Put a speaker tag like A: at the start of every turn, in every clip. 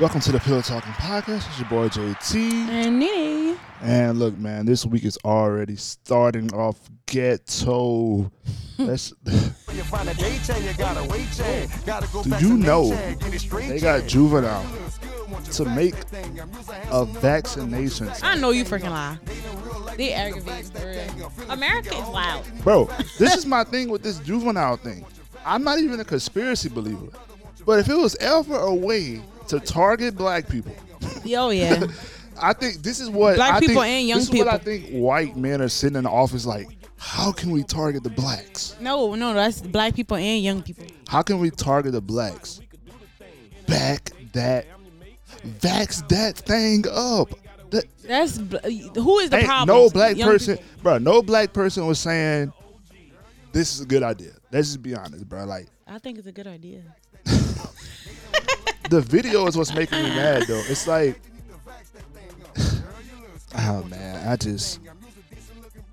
A: Welcome to the Pillow Talking Podcast. It's your boy JT.
B: And Nene.
A: And look, man, this week is already starting off ghetto. Let's
C: When you find a day chain, you gotta wait chain. Gotta go
A: Do
C: back
A: you
C: to day
A: know
C: chain, get it straight
A: they got
C: chain.
A: juvenile
C: Feels good once
A: to
C: you back
A: make
C: that thing. I'm used to having
A: a vaccination.
B: I know you freaking lie.
C: some real life
D: They aggravate for real. America is loud.
A: Bro, this is my thing with this juvenile thing. I'm not even a conspiracy believer. But if it was ever a way to target black people,
B: Oh yeah.
A: I think this is what
B: Black
A: I think-
B: people and young
A: this is
B: people.
A: what I think white men are sitting in the office like, how can we target the blacks?
B: no, no, that's black people and young people.
A: How can we target the blacks? Back that, vax that thing up. That,
B: That's bl- who is the
A: ain't
B: problem?
A: no black
B: Young
A: person,
B: people.
A: bro. No black person was saying this is a good idea. Let's just be honest, bro. Like
B: I think it's a good idea.
A: the video is what's making me mad though. It's like, oh man, I just,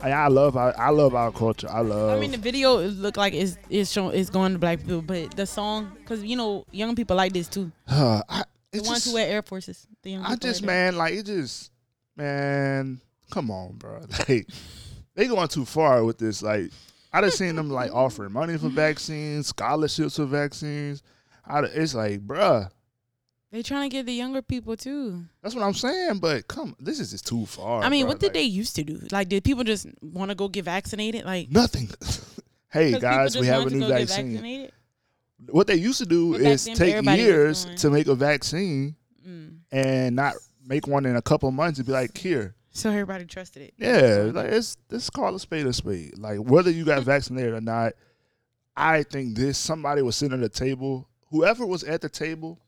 A: I, I love, I, I love our culture. I love.
B: I mean, the video is- look like it's it's show, it's going to black people, but the song, cause you know young people like this too.
A: Huh, I,
B: The
A: it
B: ones
A: just-
B: who wear Air Forces. The young
A: I
B: people
A: just,
B: like that.
A: man, like it just, man, come on, bro. Like they going too far with this. Like I just seen them like offering money for vaccines, scholarships for vaccines. I, it's like, bruh,
B: they trying to get the younger people too.
A: that's what I'm saying. But come, this is just too far.
B: I mean,
A: bruh.
B: what
A: Oh,
B: did
A: Like,
B: they used to do? Like, did people just want to go get vaccinated? Like,
A: Nothing. hey
B: 'cause people
A: guys,
B: just
A: we have a
B: wanted to
A: new
B: go get
A: vaccine.
B: vaccinated?
A: What they used to do
B: But back
A: is
B: then,
A: take
B: everybody was
A: years
B: going.
A: to make a vaccine
B: Mm.
A: and not make one in a couple months and be like, here.
B: So everybody trusted it.
A: Yeah, like it's it's called a spade a spade. Like whether you got vaccinated or not, I think this somebody was sitting at the table. Whoever was at the table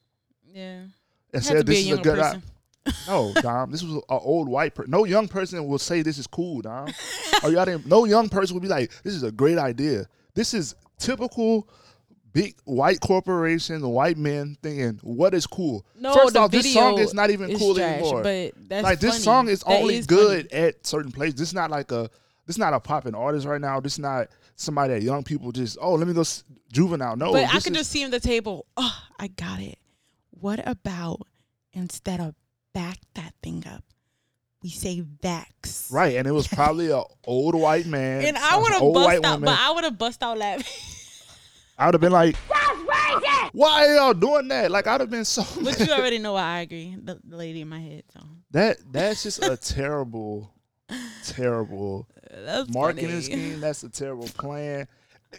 B: Yeah.
A: and
B: Had to
A: said
B: be
A: this
B: a
A: is a
B: younger
A: good
B: person.
A: idea. No, Dom, this was an old white person. No young person will say this is cool, Dom. or y'all didn't, no young person would be like, this is a great idea. This is typical big white corporations, white men thinking what is cool.
B: No,
A: First
B: the
A: off, this song
B: video
A: is not even
B: is
A: cool
B: trash,
A: anymore.
B: But that's
A: like this
B: funny.
A: song is
B: That
A: only
B: funny.
A: good at certain places. This is not like a this is not a popping artist right now. This is not somebody that young people just oh let me go s- juvenile. No,
B: But I
A: Oh, this
B: could
A: is-
B: just see him at the table. Oh, I got it. What about instead of back that thing up, we say vax.
A: right, and it was probably a old white man.
B: And I
A: an
B: would have
A: old
B: bust
A: white
B: out,
A: woman.
B: but I would have bust out laughing.
A: I would have been like, why are y'all doing that? Like I'd have been so.
B: but
A: mad.
B: you already know why I agree. The, the lady in my head. So
A: that that's just a terrible, terrible
B: that's
A: marketing
B: funny.
A: scheme. That's a terrible plan.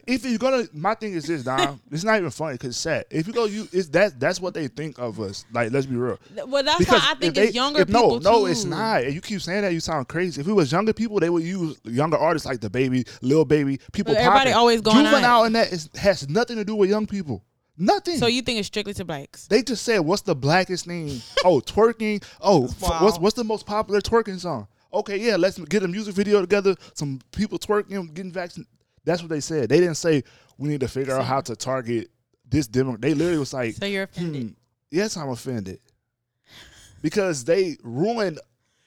A: If you're gonna, my thing is this, Dom. it's not even funny because sad. If you go, you it's that that's what they think of us. Like, let's be real.
B: Th- Well, that's
A: Because
B: why I think
A: if
B: it's
A: they-
B: younger
A: if-
B: people
A: no, No,
B: too.
A: it's not. And you keep saying that, you sound crazy. If it was younger people, they would use younger artists like the baby, little baby, people.
B: But everybody
A: popping.
B: always going
A: Juvenile
B: out.
A: and that is, has nothing to do with young people. Nothing.
B: So you think it's strictly to blacks?
A: they just said, "What's the blackest thing?" oh, twerking. Oh, f- what's what's the most popular twerking song? Okay, yeah, let's get a music video together. Some people twerking, getting vaccinated. That's what they said. They didn't say we need to figure out how to target this demo. They literally was like,
B: So you're offended.
A: Hmm, yes, I'm offended because they ruined.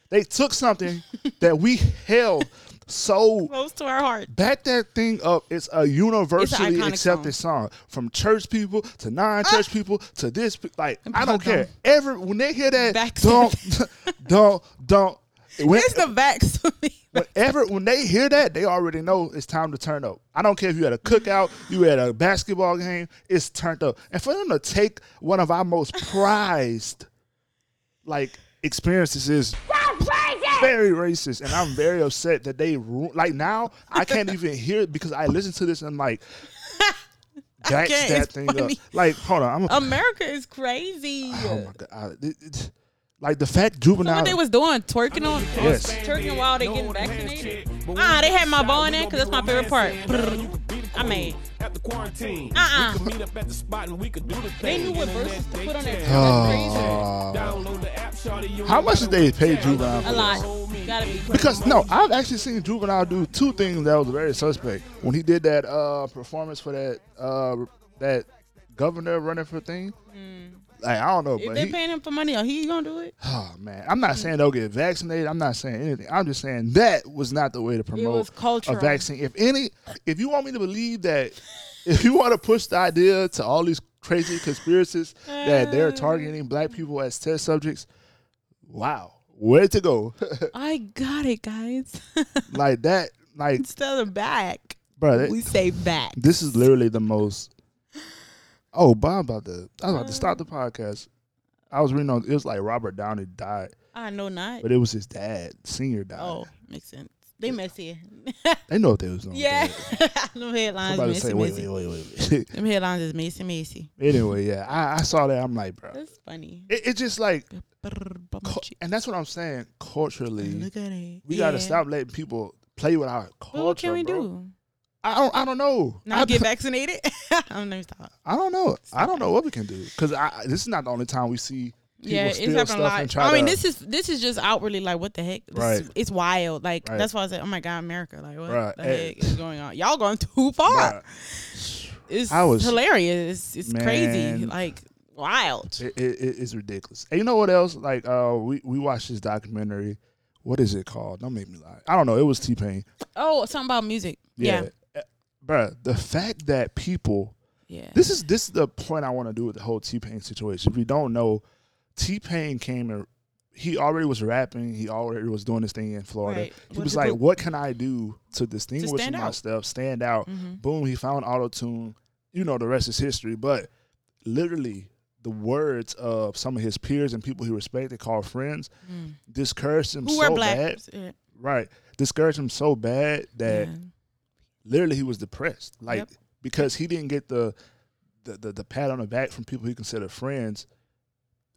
A: They took something that we held so
B: Close to our heart.
A: Back that thing up. It's a universally
B: iconic Ah!
A: accepted song. from church people to non-church people to this. pe- Like I don't
B: Pardon.
A: care. Every when they hear that,
B: Back to-
A: don't, don't, don't. When,
B: It's the vax for me.
A: whenever when they hear that, they already know it's time to turn up. I don't care if you at a cookout, you at a basketball game. It's turned up, and for them to take one of our most prized, like experiences is very racist, and I'm very upset that they ru- like now I can't even hear it because I listen to this and I'm like, that's
B: can't,
A: that
B: it's
A: thing
B: funny. Oh,
A: up. Like, hold on, I'm a,
B: America is crazy.
A: oh my god, I- it- it- like the fat juvenile.
B: what they was doing, twerking on,
A: Yes.
B: twerking while they getting vaccinated. Ah, they had my ball in there because that's my favorite part. Brrr. I mean,
E: After quarantine,
B: Uh-uh.
E: we could meet up at the spot and we could do the thing.
B: they knew what
E: Internet
B: verses to
E: day
B: put on there.
E: check.
B: That's crazy.
A: Oh.
E: Download the app, shawty, you
A: How
E: ain't
A: much
E: gotta
A: did they
E: wait
A: pay
E: check.
A: juvenile for
B: A lot. Gotta be.
A: Because no, I've actually seen Juvenile do two things that was very suspect. When he did that uh, performance for that uh, that governor running for thing,
B: Mm.
A: like I don't know,
B: If
A: but
B: they
A: he,
B: paying him for money, are he gonna do it?
A: oh man, I'm not saying they'll get vaccinated. I'm not saying anything. I'm just saying that was not the way to promote
B: was
A: a
B: cultural.
A: vaccine. If any, if you want me to believe that, if you want to push the idea to all these crazy conspiracists that
B: Uh.
A: they're targeting black people as test subjects. Wow, where to go?
B: I got it, guys.
A: like that, like
B: Instead of back,
A: brother.
B: we say back.
A: This is literally the most. Oh, Bob, about to. I was about to
B: Mm.
A: stop the podcast. I was reading on. It was like Robert Downey died,
B: I know not.
A: but it was his dad, senior died.
B: Oh, makes sense. They messy.
A: They know what they was on.
B: yeah. Them headlines
A: Somebody
B: messy,
A: say, wait,
B: messy.
A: wait, wait, wait, wait.
B: Them headlines is messy, messy.
A: anyway, yeah, I, I saw that. I'm like, bro, it,
B: That's funny.
A: it's just like, cu-
B: Brr-bum-chee.
A: and that's what I'm saying. Culturally,
B: Look at it.
A: we gotta
B: Yeah.
A: stop letting people play with our culture.
B: Well, what can we
A: bro.
B: do?
A: I don't. I don't know. I,
B: Not get vaccinated? I'm not stop.
A: I don't know. I don't know what we can do because this is not the only time we see people
B: Yeah, it's
A: steal
B: happening
A: stuff
B: a
A: and
B: lot.
A: try
B: I mean,
A: to.
B: this is this is just outwardly like what the heck? This is-
A: Right.
B: it's wild. Like
A: Right.
B: that's why I said, oh my god, America! Like what
A: Right.
B: the
A: Hey.
B: heck is going on? Y'all going too far.
A: Bruh,
B: It's
A: I was-
B: hilarious. It's, it's crazy.
A: Man.
B: Like wild.
A: It, it, it- it's ridiculous. And you know what else? Like, uh, we we watched this documentary. What is it called? Don't make me lie. I don't know. It was T Pain.
B: Oh, something about music. Yeah,
A: yeah. Eh, Bruh, the fact that people
B: yeah.
A: this is this is the point I want to do with the whole T Pain situation. If you don't know, T Pain came and he already was rapping. He already was doing this thing in Florida.
B: Right.
A: He
B: What
A: was
B: to
A: like,
B: do.
A: "What can I do to distinguish
B: stand out.
A: myself, stand out?"
B: Mm-hmm.
A: Boom, he found auto tune. You know, the rest is history. But literally, the words of some of his peers and people he respected, called friends, discouraged him
B: Who
A: so
B: were black?
A: bad.
B: Yeah.
A: Right, discouraged him so bad that
B: Yeah.
A: literally he was depressed like
B: Yep.
A: because he didn't get the the, the the pat on the back from people he considered friends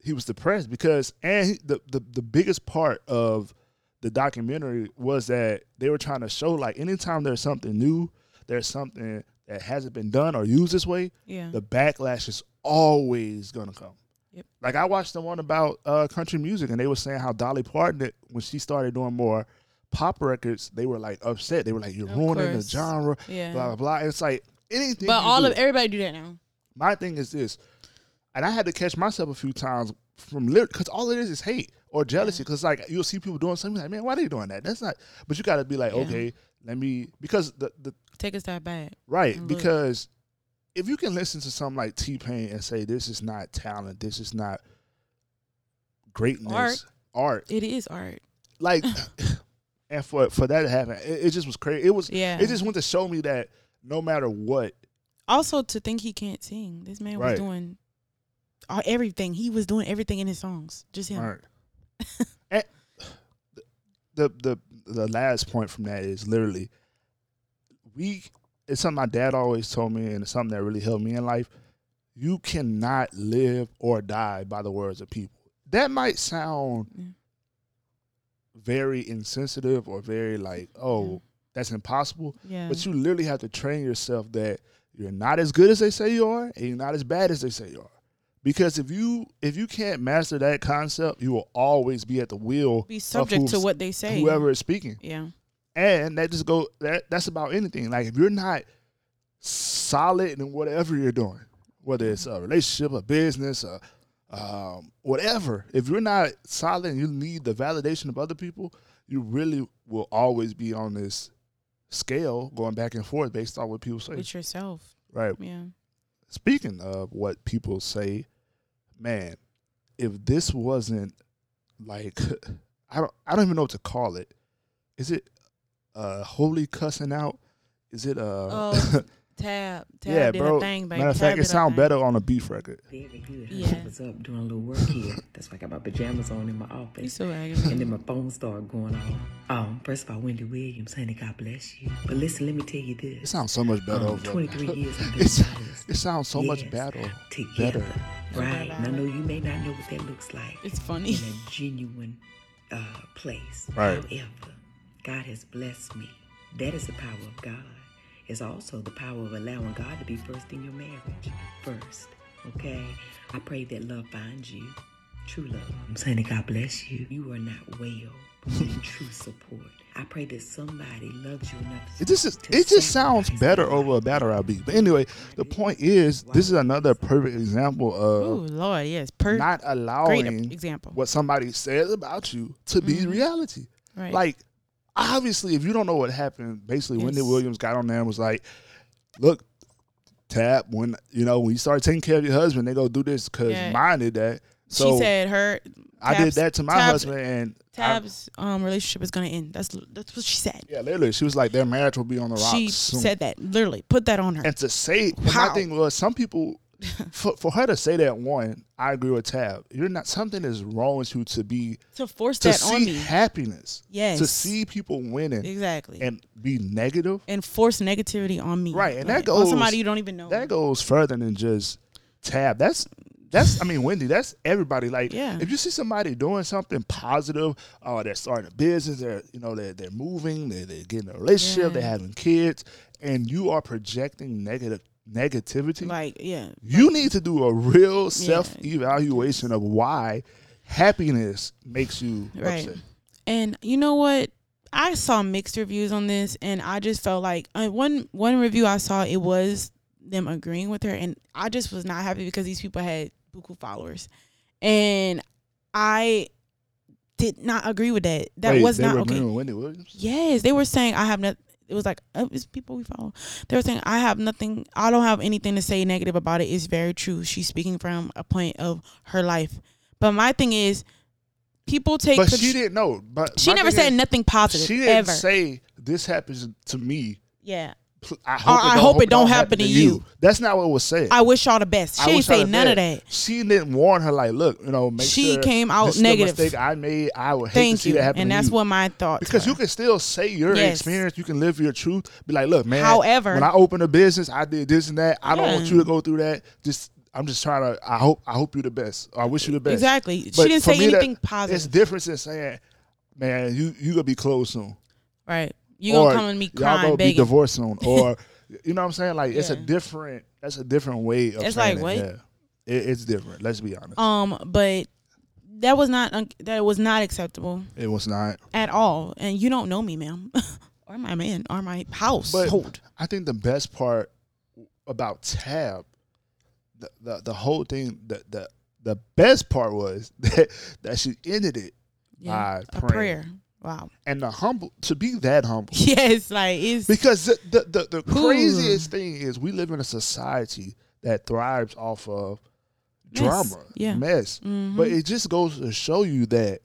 A: he was depressed because and he, the, the the biggest part of the documentary was that they were trying to show like anytime there's something new there's something that hasn't been done or used this way
B: Yeah.
A: the backlash is always gonna come
B: Yep.
A: like I watched the one about uh, country music, and they were saying how Dolly Parton, when she started doing more pop records, they were like upset. They were like, "You're
B: Of
A: ruining
B: course.
A: the genre."
B: Yeah.
A: blah blah blah. It's like anything.
B: But
A: you
B: all
A: do-
B: of everybody do that now.
A: my thing is this, and I had to catch myself a few times from lyric because all it is is hate or jealousy. Because like you'll see people doing something like, "Man, why are they doing that?" That's not. But you got to be like,
B: Yeah.
A: okay, let me because the the
B: Take a step back.
A: Right,
B: And look.
A: because if you can listen to something like T Pain and say this is not talent, this is not greatness, art,
B: It is art.
A: like, and for for that to happen, it, it just was crazy. It was,
B: Yeah.
A: It just went to show me that no matter what,
B: Also, to think he can't sing. This man
A: Right.
B: was doing all, everything. He was doing everything in his songs. Just him.
A: art. and Eh, the the the last point from that is literally, we. It's something my dad always told me, and it's something that really helped me in life. you cannot live or die by the words of people. That might sound
B: Yeah.
A: very insensitive or very like, oh,
B: Yeah.
A: that's impossible.
B: Yeah.
A: But you literally have to train yourself that you're not as good as they say you are, and you're not as bad as they say you are. Because if you if you can't master that concept, you will always be at the wheel
B: Be
A: of
B: subject to
A: who's-
B: what they say.
A: whoever is speaking
B: Yeah.
A: and that just go that that's about anything. Like if you're not solid in whatever you're doing, whether it's a relationship, a business, a um, whatever, if you're not solid and you need the validation of other people, you really will always be on this scale going back and forth based on what people say.
B: With yourself.
A: right.
B: Yeah.
A: Speaking of what people say, man, if this wasn't like I don't I don't even know what to call it. Is it uh holy cussing out? Is it uh
B: Oh, tab. Tab
A: yeah,
B: did
A: bro.
B: a thing, baby.
A: matter of
B: Tab
A: fact,
B: did
A: it
B: a
A: sound
B: thing.
A: better on a beef record.
F: Baby, good.
B: Yeah.
F: I was up doing a little work here. That's why I got my pajamas on in my
B: He's
F: office.
B: so
F: And then
B: aggravating.
F: my phone started going off. Um, first of all, Wendy Williams, honey, God bless you. But listen, let me tell you this.
A: It sounds so much better.
F: Um,
A: over-
F: 23 years I've been
A: It's-
F: an artist.
A: it sounds so much
F: Yes,
A: better.
F: Together.
A: Better.
F: Right. And I know you may not know what that looks like.
B: It's funny.
F: In a genuine uh, place.
A: Right.
F: However, God has blessed me. That is the power of God. It's also the power of allowing God to be first in your marriage. First. Okay? I pray that love finds you. True love. I'm saying that God bless you. You are not well. but you need True support. I pray that somebody loves you enough.
A: It just is,
F: to
A: it just sounds
F: sacrifice
A: better
F: their
A: over a battle rap beat. But anyway, the point is, this is another perfect example
B: Oh,
A: of
B: Lord. Yes. Per-
A: not allowing
B: example. Mm-hmm.
A: what somebody says about you to be reality.
B: Right.
A: Like, obviously, if you don't know what happened, basically Wendy
B: Yes.
A: Williams got on there and was like, "Look, Tap when you know when you start taking care of your husband, they go do this because
B: Yeah.
A: mine did that. So
B: she said her.
A: I did
B: Tab's-
A: that to my
B: Tab's-
A: husband, and I-
B: Tab's um relationship is gonna end. That's that's what she said.
A: yeah, literally, she was like, their marriage will be on the rocks.
B: she
A: soon.
B: said that literally. Put that on her.
A: and to say and my
B: Wow.
A: thing was some people for, for her to say that one i agree with tab you're not something is wrong with you to be
B: to force
A: to
B: that on
A: see
B: me.
A: happiness
B: Yes.
A: to see people winning
B: Exactly. And,
A: and be negative
B: force negativity on me.
A: right and that
B: Like, on
A: goes
B: somebody you don't even know.
A: that goes further than just tab that's that's I mean Wendy that's everybody like
B: Yeah.
A: if you see somebody doing something positive uh, they're starting a business they're you know they're, they're moving they're, they're getting a relationship they're having kids and you are projecting negative negativity
B: like yeah.
A: You need to do a real self evaluation of why happiness makes you
B: Right.
A: upset.
B: And you know what? I saw mixed reviews on this, and I just felt like uh, one one review I saw it was them agreeing with her, and I just was not happy because these people had buku followers, and I did not agree with that. That
A: Wait,
B: was
A: they
B: not
A: were
B: okay.
A: agreeing with Wendy Williams.
B: Yes, they were saying I have not. It was like uh, it's people we follow. They were saying I have nothing. I don't have anything to say negative about it. It's very true. She's speaking from a point of her life. But my thing is, people take.
A: But
B: contr-
A: she didn't know. But
B: she
A: my
B: never
A: thing
B: said
A: is,
B: nothing positive
A: She didn't
B: ever.
A: say this happens to me.
B: yeah,
A: Pl- I
B: Or
A: hope,
B: I
A: it, don't,
B: hope it don't happen to you.
A: That's not what was said.
B: I wish y'all the best. She
A: I
B: didn't
A: was trying
B: say
A: to
B: none of
A: say,
B: that.
A: She didn't warn her like, look, you know, make
B: She
A: sure
B: came out
A: this is the
B: negative.
A: mistake I made. I would hate to
B: Thank
A: see
B: you,
A: that happen.
B: and
A: to
B: that's
A: you.
B: what my thoughts.
A: Because
B: were.
A: you can still say your
B: Yes.
A: experience, you can live your truth. Be like, look, man.
B: However-
A: when I opened a business, I did this and that. I don't want
B: Yeah.
A: you to go through that. Just, I'm just trying to. I hope, I hope you the best. Or I wish you the best.
B: Exactly. She didn't
A: for
B: say
A: me, that-
B: anything
A: It's
B: positive.
A: different than saying, man, you you gonna be closed soon.
B: right. You gonna
A: Or
B: come and me
A: y'all gonna
B: crying,
A: be
B: begging.
A: divorced soon, or you know what I'm saying? Like, it's a
B: Yeah.
A: different. That's a different way of.
B: It's
A: saying
B: like, what?
A: it. Yeah. It, it's different. Let's be honest.
B: Um, but that was not un- that was not acceptable
A: it was not.
B: at all. And you don't know me, ma'am, or my man, or my
A: But
B: household.
A: I think the best part about Tab, the the, the whole thing, the, the the best part was that that she ended it
B: Yeah,
A: by
B: a
A: praying.
B: prayer. Wow.
A: and the humble to be that humble.
B: Yes, like it's
A: Because the the, the, the
B: Ooh.
A: craziest thing is we live in a society that thrives off of
B: Mess,
A: drama,
B: yeah.
A: mess.
B: Mhm.
A: But it just goes to show you that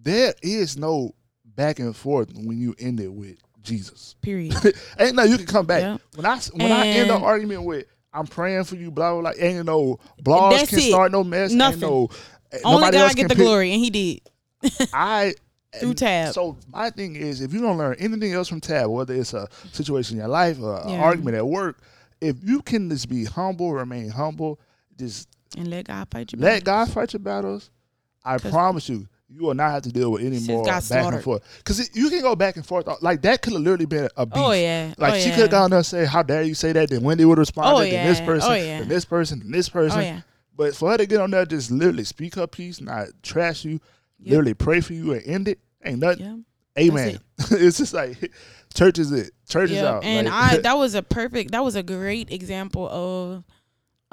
A: there is no back and forth when you end it with Jesus.
B: period.
A: ain't no you can come back.
B: Yep.
A: When I s- when I end an
B: And-
A: argument with I'm praying for you, blah blah blah. Ain't no blogs
B: That's
A: can
B: it.
A: start no mess.
B: Nothing.
A: Ain't no, eh,
B: Only
A: nobody else
B: God
A: can
B: get the
A: pick-
B: glory, and He did.
A: I
B: Through Tab.
A: So my thing is, if you don't learn anything else from Tab, whether it's a situation in your life or an
B: Yeah.
A: argument at work, if you can just be humble, remain humble, just
B: And let God fight you.
A: let God fight your battles. I promise you, you will not have to deal with any
B: Sis
A: more back
B: got
A: and
B: slaughtered.
A: forth. Because you can go back and forth Uh, like that. Could have literally been a beef.
B: Oh, yeah.
A: like
B: Oh,
A: she
B: yeah.
A: could have gone there and say, "How dare you say that?" Then Wendy would respond,
B: Oh,
A: then this
B: yeah.
A: person,
B: Oh, yeah.
A: then this person, then this person.
B: Oh, yeah.
A: But for her to get on there, just literally speak her piece, not trash you, literally pray for you and end it. Ain't nothing.
B: Yeah.
A: Amen. it's just like church is it. Church is
B: Yep.
A: out.
B: And
A: Like,
B: I that was a perfect that was a great example of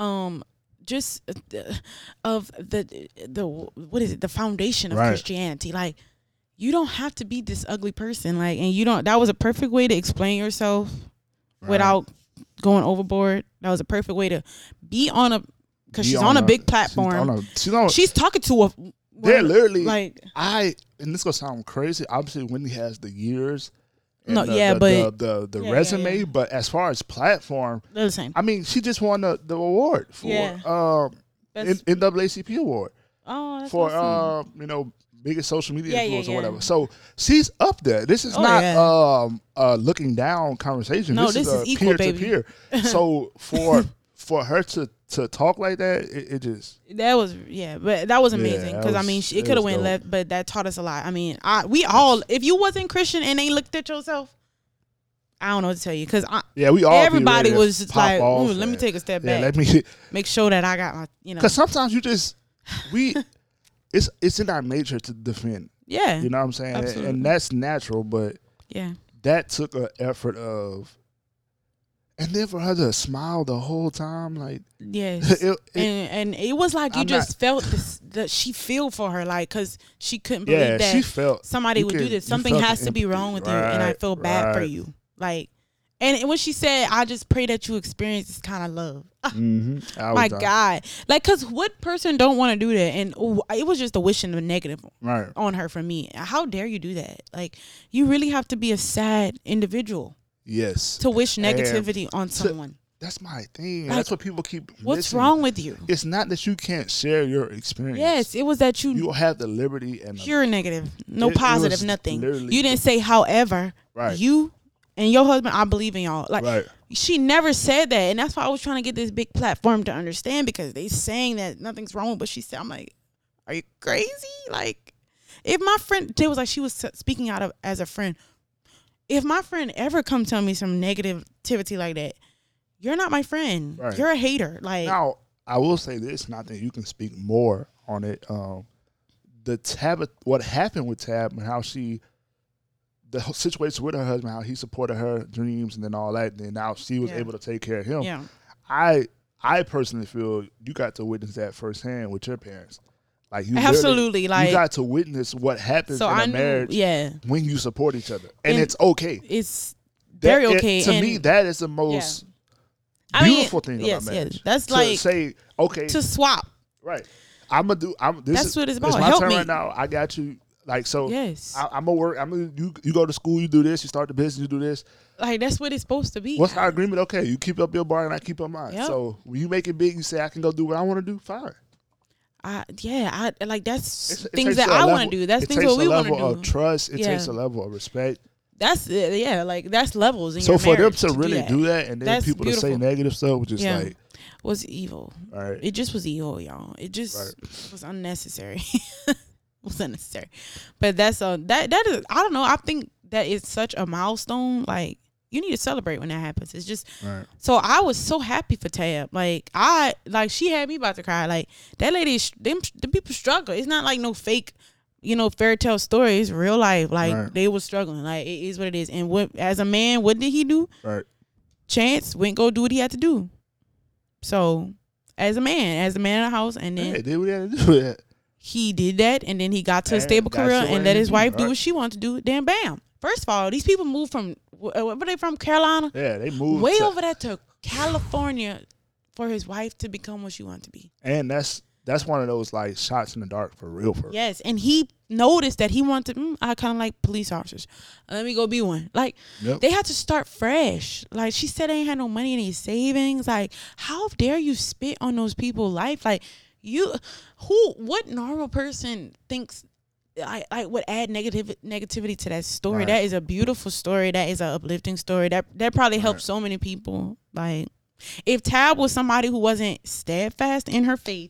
B: um just uh, the- of the the what is it the foundation of
A: Right.
B: Christianity like you don't have to be this ugly person like and you don't that was a perfect way to explain yourself without going overboard that was a perfect way to be on a cuz
A: she
B: she's
A: on
B: on a big platform
A: She's on a, she's on a-
B: she's talking to a
A: they're literally
B: like
A: I and this gonna sound crazy. Obviously, Wendy has the years. and
B: No,
A: the,
B: yeah,
A: the,
B: but-
A: the the, the
B: Yeah, yeah,
A: resume.
B: yeah.
A: But as far as platform,
B: they're the same
A: I mean, she just won the, the award for
B: Yeah.
A: um N-
B: That's-
A: NAACP award
B: oh that's
A: for
B: awesome.
A: um you know biggest social media
B: Yeah, yeah,
A: influence or
B: yeah.
A: whatever. So she's up there. This is
B: Oh,
A: not
B: yeah.
A: um a looking down conversation.
B: No,
A: this,
B: this
A: is,
B: is
A: a
B: equal,
A: peer to
B: baby.
A: peer. So for for her to to talk like that, it, it just
B: That was yeah, but that was amazing
A: that
B: because I
A: was-
B: mean she,
A: it
B: it
A: was
B: could have went
A: dope.
B: left, but that taught us a lot. I mean, I we all if you wasn't Christian and ain't looked at yourself, I don't know what to tell you because
A: yeah. We all be
B: everybody
A: ready to
B: was just
A: pop
B: like,
A: off
B: "Ooh, let me
A: and-
B: take a step
A: Yeah,
B: back,
A: let me
B: make sure that I got my you know
A: Because sometimes you just we it's it's in our nature to defend.
B: yeah
A: You know what I'm saying? And-
B: Absolutely.
A: And that's natural, but
B: yeah
A: that took an effort of and then for her to smile the whole time, like
B: yes
A: It- it-
B: and and it was like you
A: I'm
B: just felt this, that she feel for her like because she couldn't believe
A: yeah,
B: that
A: she felt
B: somebody
A: you
B: would
A: can-
B: do this.
A: you
B: Something
A: felt
B: has
A: the
B: to be
A: empathy.
B: wrong with you, and I
A: Right,
B: feel bad for
A: right.
B: you. Like And when she said, "I just pray that you experience this kind of love," Ah,
A: Mm-hmm. I was
B: my
A: done.
B: God, like, cause what person don't want to do that? And ooh, it was just a wish and a negative
A: Right.
B: on her for me. How dare you do that? Like, you really have to be a sad individual
A: Yes.
B: to wish negativity on someone.
A: That's my thing.
B: Like,
A: That's what people keep.
B: What's
A: missing.
B: wrong with you?
A: It's not that you can't share your experience.
B: Yes, it was that you,
A: You have the liberty and the
B: pure negative, no
A: It- it
B: positive,
A: was
B: nothing.
A: literally-
B: You didn't say, however,
A: Right.
B: you and your husband, I believe in y'all. Like,
A: Right.
B: she never said that, and that's why I was trying to get this big platform to understand because they saying that nothing's wrong, but she said, "I'm like, are you crazy? Like, if my friend, they was like, she was speaking out of as a friend. If my friend ever come tell me some negativity like that, you're not my friend.
A: Right.
B: You're a hater. Like,
A: Now, I will say this, and I think you can speak more on it. Um, the Tab, what happened with Tab, and how she, the whole situation with her husband, how he supported her dreams, and then all that, and then now she was
B: Yeah.
A: able to take care of him.
B: yeah,
A: I, I personally feel you got to witness that firsthand with your parents. Like you literally-
B: Absolutely, like-
A: you got to witness what happens
B: so
A: in a
B: I knew,
A: marriage
B: yeah,
A: when you support each other, and,
B: And-
A: it's okay.
B: it's
A: That-
B: very
A: it-
B: okay.
A: to
B: and
A: me, that is the most
B: I mean,
A: beautiful thing
B: yes,
A: about
B: yes.
A: marriage.
B: That's
A: to
B: like-
A: say, okay,
B: to swap.
A: Right. I'm gonna do. I'm. This
B: That's
A: is,
B: what it's about.
A: It's my
B: Help
A: turn
B: me.
A: right now. I got you. Like so.
B: Yes.
A: I, I'm gonna work. I'm gonna. You you go to school. You do this. You start the business. You do this.
B: Like that's what it's supposed to be.
A: What's our agreement? Okay. You keep up your bar and I keep up mine.
B: Yep.
A: So when you make it big, you say I can go do what I want to do. Fine.
B: I, yeah, I like that's
A: It's- it
B: things
A: takes
B: that
A: a
B: I
A: level-
B: want to do. That's
A: it
B: things
A: takes
B: what we
A: a
B: want to
A: level
B: do.
A: of trust. It
B: Yeah.
A: takes a level of respect.
B: that's uh, yeah, like that's levels. In
A: So
B: your
A: for them
B: marriage
A: to really do that, and then
B: That's
A: people to say
B: beautiful.
A: negative stuff, which is
B: Yeah.
A: like,
B: was evil.
A: all right,
B: It just was evil, y'all. It just was unnecessary. was unnecessary, but that's uh that that is. I don't know. I think that is such a milestone. Like you need to celebrate when that happens. It's just
A: right.
B: So I was so happy for Tab. Like I like she had me about to cry. Like that lady, is- them the people struggle. It's not like no fake, you know, fairy tale story. It's real life. Like
A: Right.
B: they were struggling. Like it is what it is. And what as a man, what did he do?
A: Right.
B: Chance went go do what he had to do. So as a man, as a man in the house, and then
A: Hey, did we had to do that?
B: he did that, and then he got to a
A: And
B: stable
A: got
B: career
A: to where
B: and let
A: he
B: his
A: be,
B: wife do
A: right.
B: what she wanted to do. Then bam. First of all, these people moved from wh- uh, where they from Carolina
A: Yeah, they moved
B: way
A: to-
B: over there to California for his wife to become what she wanted to be.
A: and that's that's one of those like shots in the dark for real. For real.
B: Yes, and he noticed that he wanted. Mm, I kind of like police officers. Let me go be one. Like
A: Yep.
B: they had to start fresh. Like she said, they ain't had no money in his savings. Like how dare you spit on those people's life? Like you, who? What normal person thinks? I, I would add negative negativity to that story.
A: Right.
B: That is a beautiful story. That is an uplifting story. That that probably helped so many people. Like if Tab was somebody who wasn't steadfast in her faith,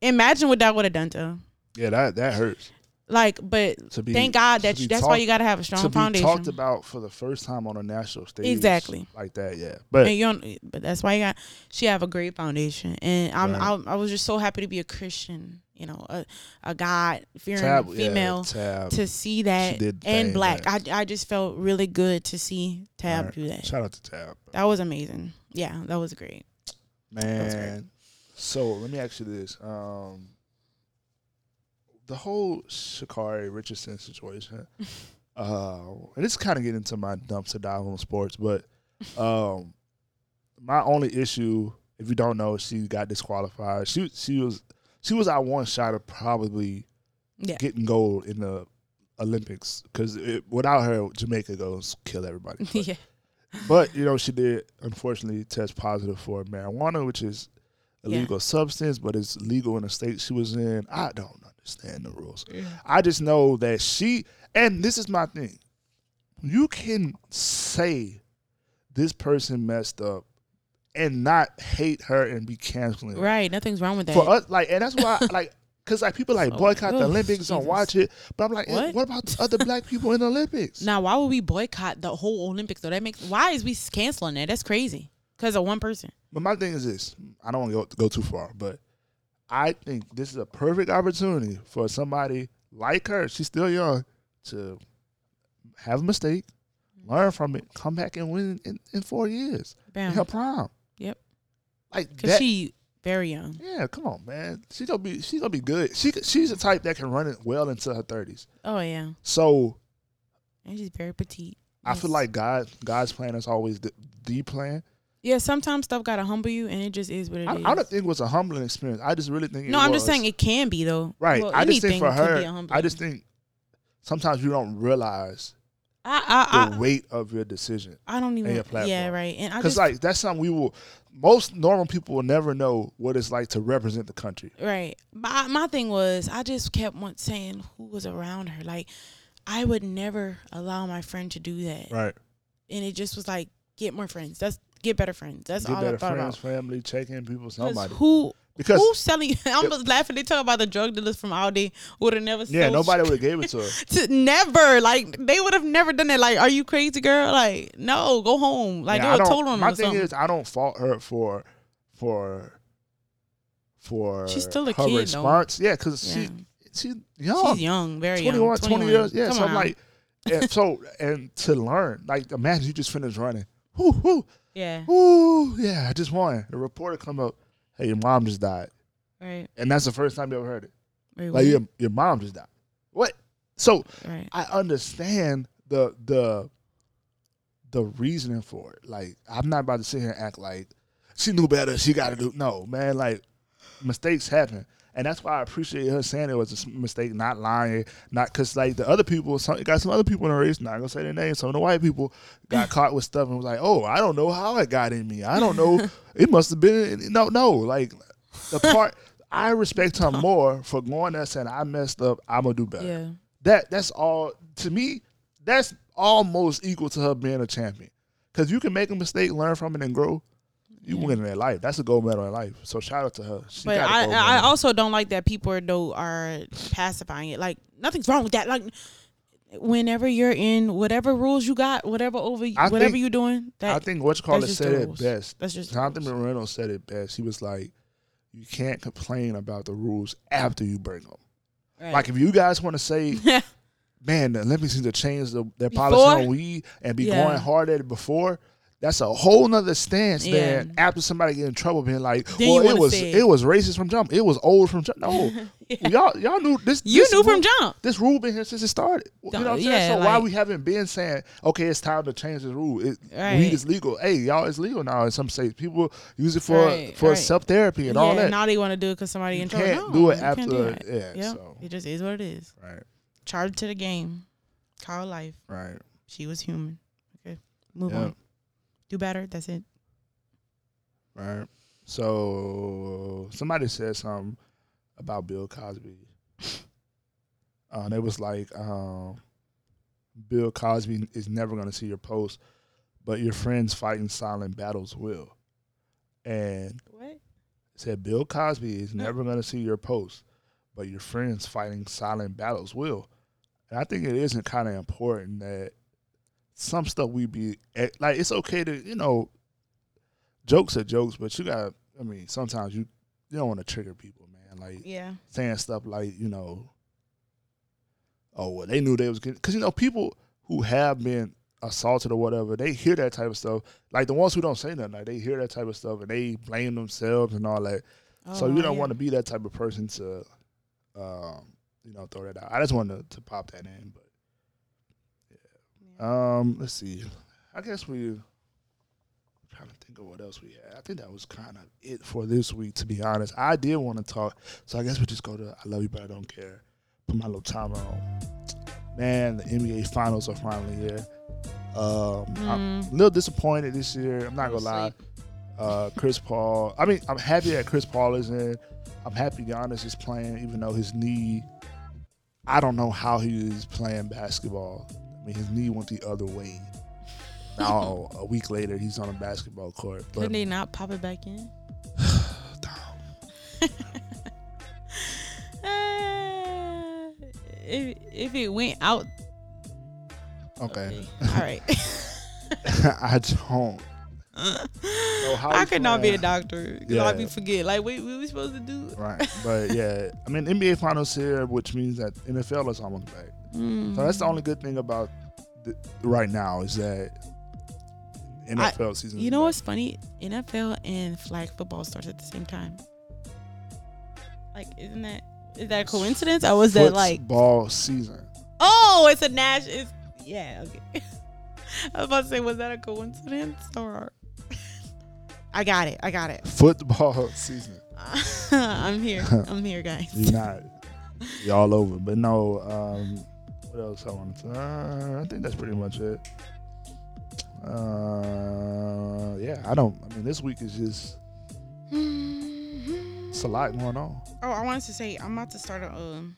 B: imagine what that would have done to her.
A: Yeah, that that hurts.
B: Like, but
A: To be-
B: thank God
A: to
B: that
A: be
B: you, that's
A: talk-
B: why you got to have a strong
A: to
B: foundation.
A: be talked about for the first time on a national stage.
B: Exactly.
A: Like that, yeah. But
B: And you don't, but that's why you got. She have a great foundation, and I'm,
A: Right.
B: I, I was just so happy to be a Christian, you know, a, a God fearing
A: Tab,
B: female
A: yeah, tab.
B: to see that
A: She did the
B: and
A: thing,
B: black. I,
A: right.
B: I just felt really good to see Tab
A: Alright.
B: do that.
A: Shout out to Tab.
B: That was amazing. Yeah, that was great. was great.
A: Man. So let me ask you this. Um the whole Shakari Richardson situation. uh and it's kinda getting into my dumps to dive on sports, but um my only issue, if you don't know, she got disqualified. She she was she was our one shot of probably
B: Yeah.
A: getting gold in the Olympics because without her, Jamaica goes kill everybody. But,
B: yeah,
A: but, you know, she did unfortunately test positive for marijuana, which is a
B: Yeah.
A: legal substance, but it's legal in the state she was in. I don't understand the rules. I just know that she, and this is my thing. You can say this person messed up and not hate her and be canceling her
B: right. Nothing's wrong with that.
A: for us like and that's why like because like people like boycott the
B: ugh,
A: olympics don't
B: Jesus.
A: watch it but i'm like eh,
B: What?
A: what, about the other black people in the olympics
B: Now, why would we boycott the whole Olympics? Though that makes why is we canceling that? That's crazy. Because of one person.
A: but my thing is this i don't want to go, go too far but i think this is a perfect opportunity for somebody like her she's still young to have a mistake
B: Mm-hmm.
A: learn from it come back and win in, in four years in
B: Bam.
A: her prime
B: Yep.
A: like
B: Because
A: that
B: she very young.
A: yeah come on man she gonna be she gonna be good she she's the type that can run it well into her 30s
B: Oh yeah,
A: so
B: and she's very petite.
A: I feel like God God's plan is always the, the plan.
B: Yeah, sometimes stuff gotta humble you, and it just is what it is.
A: I, I don't think it was a humbling experience. I just really think it
B: no, I'm just
A: was.
B: saying it can be though.
A: Right.
B: Well,
A: I just think
B: anything
A: for
B: could be
A: her,
B: a humbling.
A: I just think sometimes you don't realize the
B: I I,
A: weight of your decision.
B: I, I don't even.
A: your platform.
B: Yeah, right. And I
A: Because
B: just
A: like that's something we will. Most normal people will never know what it's like to represent the country.
B: Right. My my thing was I just kept on saying who was around her. Like I would never allow my friend to do that.
A: Right.
B: And it just was like get more friends. That's get better friends. That's
A: Get
B: all I
A: better
B: thought
A: friends,
B: about.
A: family, check in people,
B: 'Cause
A: somebody.
B: Who
A: Because-
B: who's selling? I'm just laughing. They talk about the drug dealers from Aldi would have never.
A: yeah,
B: sold
A: nobody would have gave it to her.
B: To never like they would have never done that. Like, are you crazy, girl? Like, no, go home. Like,
A: Yeah,
B: they
A: I
B: would
A: don't-
B: told on
A: My
B: her or
A: thing
B: something.
A: is, I don't fault her for, for, for
B: She's still a
A: her
B: kid, though.
A: response. Yeah, because she
B: Yeah.
A: she's young.
B: She's young, very
A: 21,
B: young,
A: 20 years. Yeah,
B: Come
A: so
B: on
A: I'm
B: now.
A: like, and so and to learn, like imagine you just finished running. Whoo, whoo,
B: yeah,
A: whoo, yeah, I just won. The reporter come up, hey, your mom just died,
B: right.
A: and that's the first time you ever heard it.
B: Very
A: Like
B: weird.
A: your your mom just died. What? So
B: right.
A: I understand the the the reasoning for it. Like I'm not about to sit here and act like she knew better. She got to do no man. Like mistakes happen, and that's why I appreciate her saying it was a s- mistake, not lying, not because like the other people, some got some other people in the race. Not gonna say their names. Some of the white people got caught with stuff and was like, oh, I don't know how it got in me. I don't know. it must have been no, no. Like the part. I respect her more for going there saying I messed up. I'm gonna do better
B: Yeah.
A: that that's all to me that's almost equal to her being a champion because you can make a mistake learn from it and grow you win in life that's a gold medal in life so shout out to her she
B: But
A: got a
B: I,
A: gold
B: I
A: medal.
B: also don't like that people are, though are pacifying it. Like nothing's wrong with that. Like whenever you're in whatever rules you got, whatever over
A: I
B: whatever
A: think-
B: you're doing, that
A: I think what you
B: that's
A: call it
B: just the
A: said it
B: rules.
A: best
B: That's just the
A: jonathan
B: rules.
A: moreno said it best he was like you can't complain about the rules after you break them
B: Right.
A: like if you guys want to say man, the Olympics need to change the, their policy
B: Before?
A: on weed and be
B: Yeah.
A: going hard at it before. That's a whole nother stance
B: Yeah.
A: than after somebody get in trouble being like,
B: Then you
A: well, it
B: wanna
A: was
B: say
A: it.
B: it."
A: was racist from jump. It was old from jump. No. Y'all y'all knew this
B: You
A: this
B: knew from
A: rule-
B: jump.
A: This rule been here since it started. You know what I'm
B: Yeah,
A: saying? So why
B: like-
A: we haven't been saying, okay, it's time to change this rule. It,
B: Right.
A: Weed is legal. Hey, y'all, it's legal now in some states. People use it for
B: Right,
A: for
B: right.
A: self therapy and all
B: Yeah,
A: that.
B: now they want to do it because somebody in trouble.
A: can't
B: No,
A: do it
B: you can't do
A: after-
B: that.
A: yeah,
B: Yep.
A: so.
B: It just is what it is.
A: right,
B: Charge to the game. Call life.
A: right.
B: She was human. Okay, move
A: Yeah.
B: on. Do better. That's it.
A: right? So somebody said something about Bill Cosby. Uh, and it was like, um, Bill Cosby is never going to see your post, but your friends fighting silent battles will. And
B: What?
A: it said Bill Cosby is never going to see your post, but your friends fighting silent battles will. And I think it isn't kind of important that some stuff we be eh, like it's okay to you know jokes are jokes, but you got I mean sometimes you you don't want to trigger people, man. Like
B: Yeah.
A: saying stuff like you know, oh well they knew they was getting because you know people who have been assaulted or whatever they hear that type of stuff like the ones who don't say nothing like they hear that type of stuff and they blame themselves and all that so
B: Oh,
A: you don't
B: yeah.
A: want to be that type of person to, um, you know, throw that out. I just wanted to, to pop that in, but yeah. Um, let's see. I guess we trying to think of what else we had. I think that was kind of it for this week, to be honest. I did want to talk, so I guess we just go to "I Love You But I Don't Care." Put my little timer on. Man, the NBA Finals are finally here. Um, I'm
B: Mm-hmm.
A: a little disappointed this year. I'm not gonna lie uh, Chris Paul. I mean, I'm happy that Chris Paul is in. I'm happy Giannis is playing, even though his knee. I don't know how he is playing basketball. I mean, his knee went the other way. Now a week later, he's on a basketball court. But
B: Couldn't they not pop it back in? Uh, if if it went out,
A: okay,
B: all right.
A: I don't. So how
B: I
A: he
B: could not be a
A: playing-
B: doctor. Yeah. I
A: Yeah.
B: be forget. Like, wait, what we supposed to do?
A: Right, but yeah, I mean NBA Finals here, which means that NFL is almost back. So that's the
B: Mm-hmm.
A: only good thing about the, right now is that NFL season.
B: You
A: is
B: know
A: back.
B: what's funny? NFL and flag football starts at the same time. Like, isn't that is that a coincidence? Or was that like,
A: football season?
B: oh, it's a Nash? It's yeah, okay. I was about to say, was that a coincidence or? I got it. I got it.
A: Football season.
B: I'm here. I'm here, guys.
A: You're not. You're all over. But no, um, what else I wanted to? Uh, I think that's pretty much it. Uh, yeah, I don't. I mean, this week is just it's a lot going on.
B: Oh, I wanted to say I'm about to start a um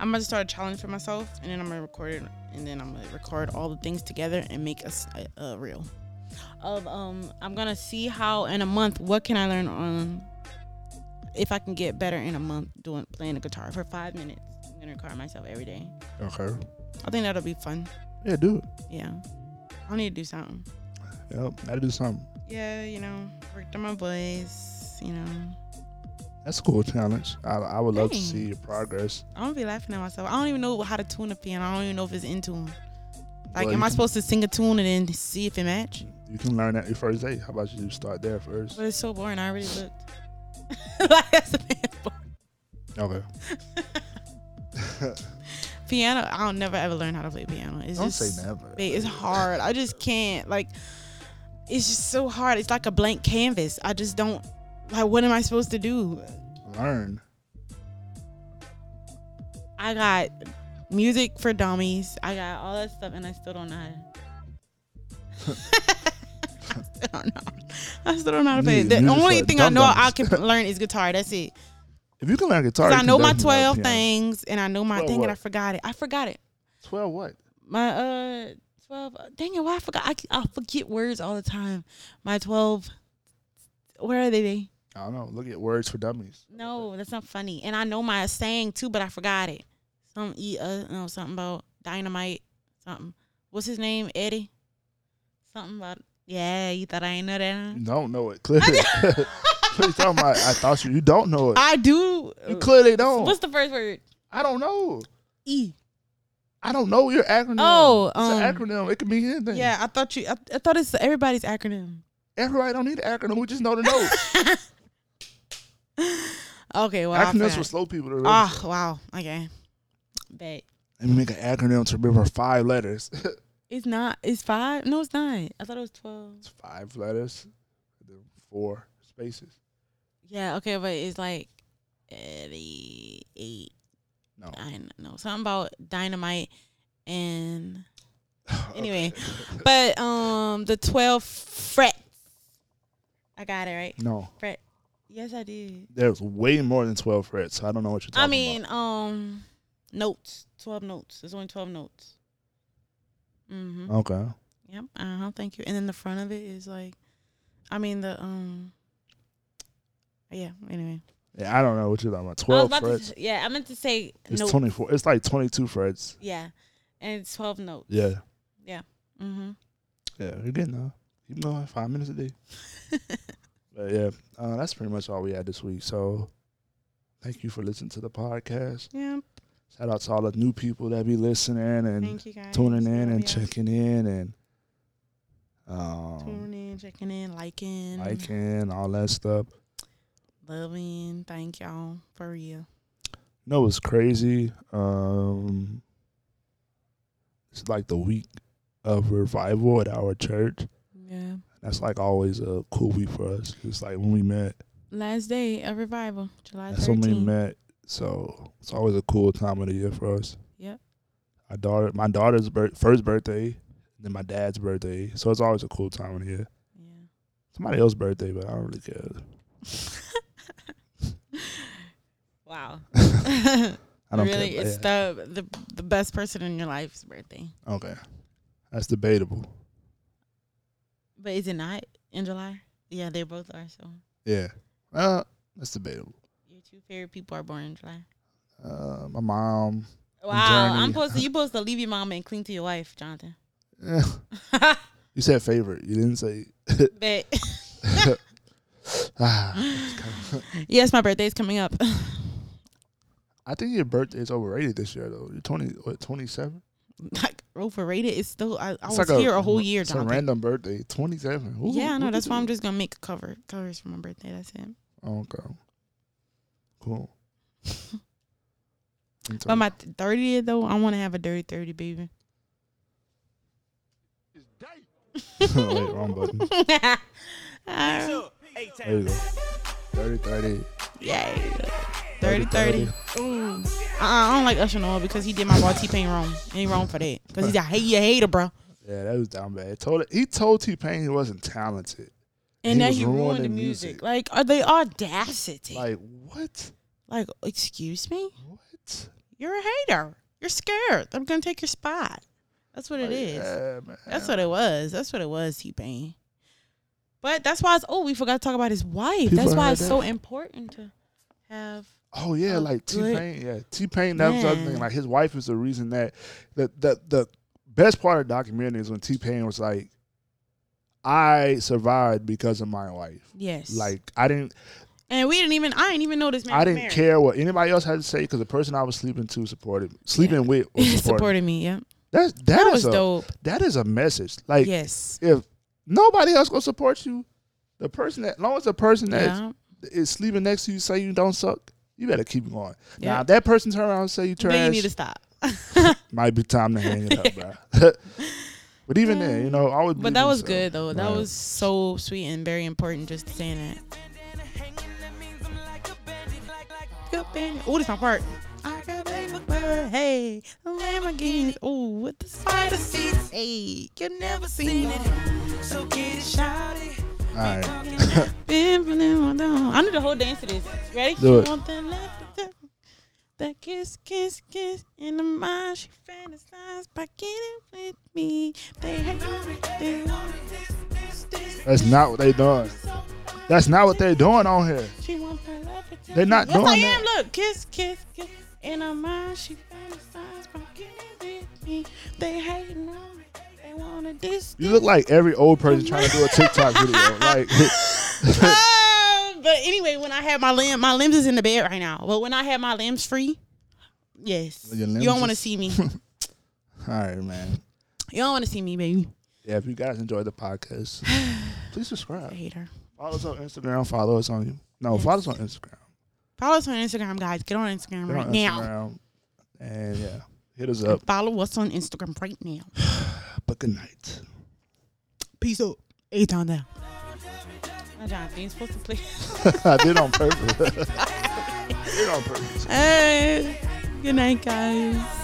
B: I'm about to start a challenge for myself and then I'm gonna record it and then I'm gonna record all the things together and make a, s- a- a reel. Of um I'm gonna see how in a month what can I learn on if I can get better in a month doing playing the guitar for five minutes. I'm gonna record myself every day.
A: Okay.
B: I think that'll be fun.
A: Yeah, do it.
B: Yeah. I need to do something.
A: Yep, gotta do something.
B: Yeah, you know, worked on my voice, you know.
A: That's a cool challenge. I, I would love to see your progress.
B: I don't be laughing at myself. I don't even know how to tune a piano. I don't even know if it's in tune. Like,
A: Well,
B: am
A: you
B: I
A: can-
B: supposed to sing a tune and then see if it match?
A: You can learn that your first day. How about you start there first?
B: But it's so boring. I already looked. like that's the best part.
A: Okay.
B: Piano. I'll never ever learn how to play piano. It's
A: Don't
B: just,
A: say never.
B: ba- It's hard. I just can't. Like, it's just so hard. It's like a blank canvas. I just don't. Like, what am I supposed to do?
A: Learn.
B: I got music for dummies. I got all that stuff, and I still don't know. How to- I still don't know. I still don't know how to play.
A: Music-
B: it. The
A: music
B: only
A: for
B: thing I know I
A: dum-dums.
B: can learn is guitar. That's it.
A: If you can learn guitar,
B: 'Cause
A: you
B: I
A: can
B: know my
A: definitely learn
B: twelve
A: piano.
B: things, and I know my
A: 12
B: thing,
A: what?
B: and I forgot it. I forgot it.
A: Twelve what?
B: My uh twelve. Dang it! Why I forgot? I, I forget words all the time. My twelve. Where are they? they?
A: I don't know. Look at words for dummies.
B: No, that's not funny. And I know my saying too, but I forgot it. Some e uh no something about dynamite something. What's his name? Eddie. Something about yeah. You thought I ain't know that?
A: You don't know it. Clearly. what you talking about? I thought you. You don't know it.
B: I do. Uh,
A: you clearly don't.
B: What's the first word?
A: I don't know.
B: E.
A: I don't know your acronym.
B: Oh,
A: it's
B: um,
A: an acronym. It can be anything.
B: Yeah, I thought you. I, I thought it's everybody's acronym.
A: Everybody don't need an acronym. We just know the notes.
B: Okay, well, I
A: Acronyms
B: forgot.
A: for slow people. To remember.
B: oh wow. Okay, bet
A: Let me make an acronym to remember five letters.
B: it's not. It's five. No, it's not. I thought it was twelve.
A: it's five letters, then four spaces.
B: Yeah. Okay, but it's like Eddie E. eight.
A: No.
B: I know something about dynamite and
A: Okay.
B: anyway, but um the twelve frets. I got it right.
A: No,
B: Fret. Yes, I did.
A: there's way more than twelve frets. So I don't know what you're talking
B: I mean, um, notes. Twelve notes. There's only twelve notes. Mm-hmm.
A: about. Okay.
B: Yep. Uh huh. Thank you. And then the front of it is like, I mean the um. Yeah. Anyway.
A: Yeah, I don't know what you're talking about.
B: I was
A: Twelve
B: about to
A: frets.
B: s- yeah, I meant to say
A: It's
B: notes.
A: twenty four. It's like twenty two frets.
B: Yeah, and it's twelve notes.
A: Yeah.
B: Mm-hmm.
A: Yeah, you're getting there. You know, five minutes a day. but yeah, uh, that's pretty much all we had this week. So thank you for listening to the podcast.
B: Yeah.
A: Shout out to all the new people that be listening and
B: Thank you guys.
A: tuning in
B: Yeah.
A: and checking in and um,
B: tuning in, checking in, liking,
A: liking all that stuff.
B: loving. Thank y'all for real.
A: You know it's crazy. Um, it's like the week of revival at our church.
B: Yeah.
A: That's like always a cool week for us. It's like when we met.
B: Last day of revival, July
A: That's when we
B: thirteenth.
A: met. So it's always a cool time of the year for us.
B: Yep.
A: Our daughter, my daughter's bir- first birthday, then my dad's birthday. So it's always a cool time of the year.
B: Yeah.
A: Somebody else's birthday, but I don't really care.
B: Wow.
A: I don't
B: really,
A: care.
B: it's
A: yeah.
B: the, the the best person in your life's birthday,
A: okay. That's debatable.
B: but is it not in July? Yeah, they both are. So
A: Yeah. Uh, that's debatable.
B: your two favorite people are born in July.
A: Uh, my mom.
B: Wow,
A: Journey.
B: I'm supposed to. You supposed to leave your mom and cling to your wife, Jonathan.
A: Eh, you said favorite. You didn't say.
B: but
A: ah,
B: yes, my birthday's coming up.
A: I think your birthday is overrated this year though. You're twenty what twenty seven?
B: like overrated. It's still. I, I was here a, whole year,
A: It's a
B: Jonathan.
A: random birthday. Twenty seven.
B: Yeah, I know. That's why I'm just gonna make cover covers for my birthday. That's it.
A: Oh, Okay. Cool.
B: But my thirtieth though, I want to have a dirty thirty, baby.
A: Wait, wrong button.
B: All right.
A: There you go. 30 30.
B: Yay. 30 30. Uh-uh, I don't like Usher no more because he did my boy T Pain wrong. He ain't wrong for that. Because he's a hate you hater, bro.
A: Yeah, that was down bad. Told he told T Pain he wasn't talented.
B: And now
A: was
B: you ruined the
A: ruining
B: music.
A: music.
B: Like, are they audacity? Like,
A: Like what?
B: excuse me?
A: What?
B: You're a hater. You're scared. I'm gonna take your spot. That's what it is.
A: Yeah, man.
B: That's what it was. That's what it was, T Pain. But that's why it's oh, we forgot to talk about his wife.
A: People
B: that's why
A: heard
B: it's
A: that.
B: so important to have
A: Oh yeah,
B: a
A: like T
B: good
A: Pain. Yeah, T Pain. That was the other
B: man.
A: thing. Like his wife is the reason that the the the best part of the documentary is when T Pain was like, "I survived because of my wife."
B: yes.
A: Like I didn't
B: and we didn't even I didn't even know this man.
A: I
B: was
A: didn't
B: married.
A: care what anybody else had to say because the person I was sleeping to supported sleeping with was
B: He
A: supporting.
B: supported me, yeah.
A: That's
B: That,
A: that
B: was
A: is a
B: dope.
A: that is a message. Like
B: yes.
A: if nobody else gonna support you, the person that long as the person that is
B: Yeah.
A: sleeping next to you say you don't suck, you better keep going. Now
B: Yeah.
A: if that person turn around and say you trash,
B: Then you need to stop.
A: might be time to hang it up, bro. but even then, you know, I would.
B: But that was good though. That was so sweet and very important just saying that. Oh, this my part. I got a bird. Hey, a Lamborghini. Oh, with the spider seats. Hey, you never seen it.
A: All right,
B: Been for them, I don't- I need the whole dance to this. Ready?
A: Do it.
B: Want that left, that- That kiss, kiss, kiss in the mind. She fantasized by getting with me. They had they
A: that's not what they doing. That's not what they're doing on here.
B: She wants my love attention.
A: They're not
B: yes,
A: doing
B: I
A: that.
B: am. Look, kiss, kiss, kiss. In her mind, she fantasized about getting with me. They hating on me. They wanna diss.
A: You look like every old person trying to do a TikTok video. Like,
B: Um, but anyway, when I had my limb, my limbs is in the bed right now. But when I had my limbs free, yes,
A: Your
B: you don't
A: limbs
B: want to
A: is-
B: see me.
A: all right, man.
B: you don't want to see me, baby.
A: Yeah, if you guys enjoyed the podcast, please subscribe.
B: Hater.
A: Follow us on Instagram. Follow us on you. No, follow us on Instagram.
B: Follow us on Instagram, guys. Get on Instagram
A: Get
B: right
A: on
B: now.
A: Instagram. And yeah, hit us up.
B: Follow us on Instagram right now.
A: But good night.
B: Peace out. Eight on down. Oh, Jonathan, you supposed to play.
A: I did on purpose. did on purpose.
B: Hey, good night, guys.